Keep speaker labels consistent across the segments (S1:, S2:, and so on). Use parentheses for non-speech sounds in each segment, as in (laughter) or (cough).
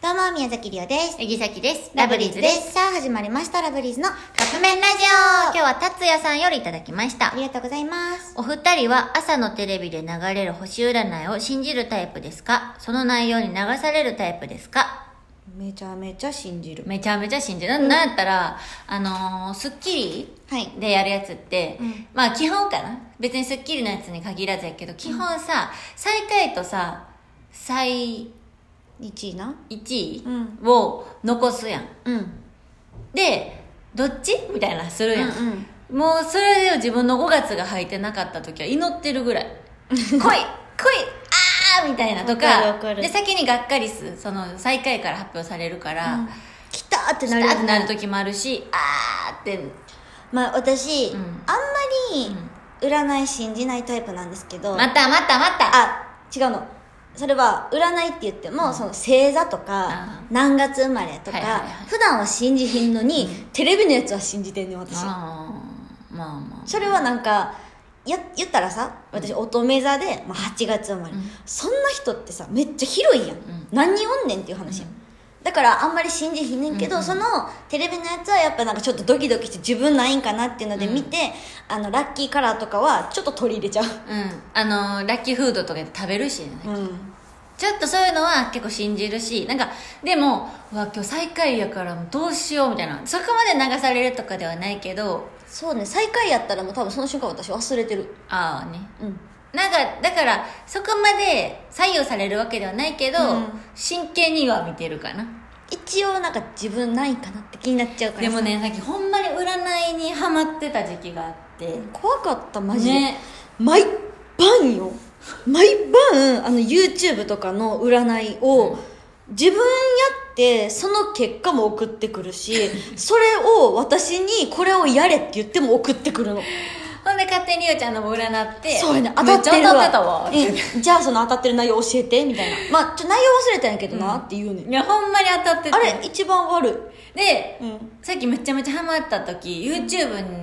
S1: どうも、宮崎りおです。
S2: えぎさきです。
S1: ラブリーズです。。さあ、始まりました、ラブリーズのカップ麺ラジ
S2: 今
S1: オ
S2: 日は達也さんよりいただきまし
S1: あ
S2: た。
S1: りがとうございます。
S2: お二人は朝のテレビで流れる星占いを信じるタイプですかその内容に流されるタイプですか
S1: めちゃめちゃ信じる。
S2: めちゃめちゃ信じる。なんなんやったら、あのー、スッキリ
S1: はい。
S2: でやるやつって、
S1: うん
S2: まあ基本かな別に『スッキリ』のやつに限らずやけど基本さ、最下位とさ最
S1: 1位な。
S2: 1位
S1: うん
S2: を残すやん、
S1: うん。
S2: でどっちみたいなするやん、
S1: うん
S2: もうそれで自分の5月が入ってなかった時は祈って
S1: (laughs)
S2: るぐらい「来い来いあー!」みたいなと
S1: わかる
S2: か
S1: わかる
S2: で先にがっかりすその最下位から発表されるから、
S1: うん。来たーって
S2: あ
S1: なる。
S2: ーってなる。時もあるし「あー!」って
S1: まあ、私、
S2: うん
S1: あんまり、占い信じないタイプなんですけ
S2: 「
S1: ど。
S2: またまたまた!」
S1: あ、違うの。それは、占いって言っても、その星座とか
S2: あ、
S1: 何月生まれとか、
S2: はいはいはい
S1: 普段は信じひんのに、テレビのやつは信じてんねん、私。
S2: あーまあまあ
S1: それはなんかや言ったらさ私乙女座で、まあ、8月生まれ、
S2: うん
S1: そんな人ってさめっちゃ広いやん、
S2: ん
S1: 何人おんねんっていう話やん、だからあんまり信じひんねんけど、そのテレビのやつはやっぱなんかちょっとドキドキして自分ないんかなっていうので見て、あのラッキーカラーとかはちょっと取り入れちゃう、
S2: うんあのラッキーフードとかで食べるしね、
S1: うん、
S2: ちょっとそういうのは結構信じるしなんかでもうわ今日最下位やからもうどうしようみたいなそこまで流されるとかではないけど
S1: そうね最下位やったらもう多分その瞬間私忘れてる
S2: ああね
S1: うん
S2: なんかだからそこまで左右されるわけではないけど、
S1: うん
S2: 真剣には見てるかな
S1: 一応なんか自分ないんかなって気になっちゃうからさ
S2: でもねさっきほんまに占いにハマってた時期があって
S1: 怖かったマジで、
S2: ね
S1: 毎晩よ毎晩あの YouTube とかの占いを、自分やってその結果も送ってくる
S2: (laughs)
S1: しそれを私にこれをやれって言っても送ってくるの
S2: ほんで勝手にりおちゃんのも占って
S1: そうやね当たってるわ
S2: めっちゃ当たってたわ
S1: うんじゃあその当たってる内容教えてみたいなまあちょ内容忘れたんやけどなって言うね、ん
S2: いやほんまに当たってて
S1: あれ一番悪い
S2: で、
S1: うん
S2: さっきめちゃめちゃハマった時 YouTube に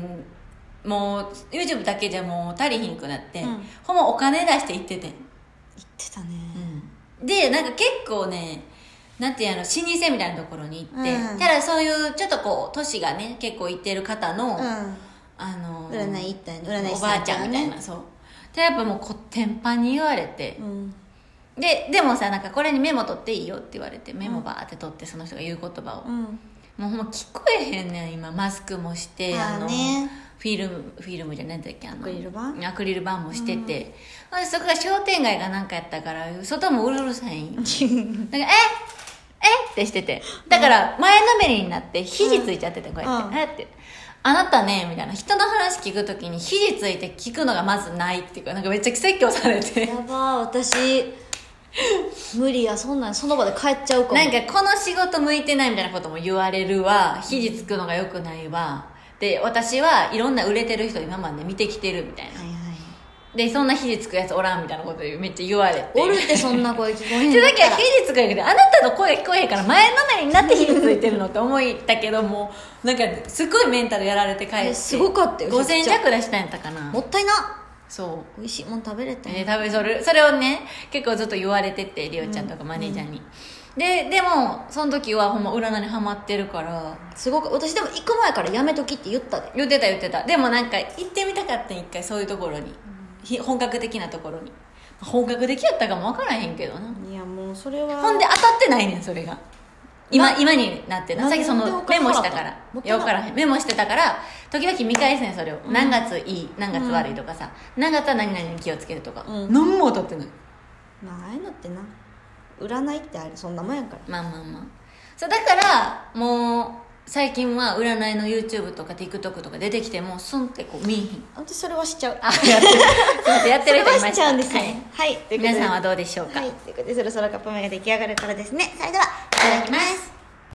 S2: もう YouTube だけじゃもう足りひんくなって、
S1: うん
S2: ほんまお金出して行ってて
S1: 言
S2: ん、
S1: ってたね
S2: でなんか結構ねなんていうの老舗みたいなところに行って、
S1: うん
S2: ただそういうちょっとこう都市がね結構行ってる方の、あのー
S1: 占い行ったよね占い師
S2: お
S1: さん
S2: ば
S1: とか
S2: あ
S1: ね
S2: ちゃんみたいなそうでやっぱもうこってんぱんに言われて、
S1: うん
S2: ででもさなんかこれにメモ取っていいよって言われてメモバーって取ってその人が言う言葉を、
S1: うん
S2: もうほんま聞こえへんねん今マスクもして
S1: あー
S2: あの
S1: ね
S2: フィルムフィルムじゃないんだっけあの
S1: アクリル板
S2: アクリル板もしてて、ほんでそこが商店街がなんかやったから外もうるさいんよだから「ええっ?」てしててだから前のめりになって肘ついちゃっててこうやって
S1: う
S2: 「
S1: ん
S2: えっ?」て「あなたね」みたいな人の話聞くときに肘ついて聞くのがまずないっていうかなんかめっちゃ説教され
S1: (laughs)
S2: て
S1: やばー私無理やそんなんその場で帰っちゃうかも
S2: なんかこの仕事向いてないみたいなことも言われるわ肘つくのが良くないわで私はいろんな売れてる人今まで見てきてるみたいな
S1: はいはい
S2: でそんな肘つくやつおらんみたいなことめっちゃ言われて
S1: おるってそんな声聞こ
S2: (laughs)
S1: えへん
S2: で
S1: か
S2: だ
S1: ら
S2: けど肘つくやけどあなたの声が聞こえへんから前のめりになって肘ついてるのって思ったけどもうなんかすごいメンタルやられて帰っ
S1: え
S2: て
S1: すごかったよ
S2: 5000弱出したんやったかな
S1: もったいな
S2: そう
S1: 美味しいもん食べれたよ
S2: ね、多分それそれをね結構ずっと言われててりおちゃんとかマネージャーに、ででもその時はほんま占いにハマってるから
S1: すごく私でも行く前からやめときって言ったで
S2: 言ってた言ってたでもなんか行ってみたかったん一回そういうところに、ひ本格的なところに本格的やったかも分からへんけどな、
S1: いやもうそれは
S2: ほんで当たってないねんそれが今今になってな
S1: なん
S2: さ
S1: で
S2: っきそのメモしたから
S1: もったい
S2: いや
S1: ない
S2: 分からへんメモしてたから時々見返せんそれを、何月いい何月悪いとかさ、何月は何々に気をつけるとか、
S1: うん
S2: 何も当たってない
S1: まあああいうのってな占いってあれそんなもんやから
S2: まあまあまあそうだからもう最近は占いの YouTube とか TikTok とか出てきてもスンってこう見えへん
S1: 私それはしちゃう
S2: あ (laughs) やってるすいませんやってる人い
S1: それは
S2: まし
S1: したちゃうんですねはいということ
S2: 皆
S1: で
S2: さんはどうでしょうか、
S1: はいということでそろそろカップ麺が出来上がるからですねそれではいただきます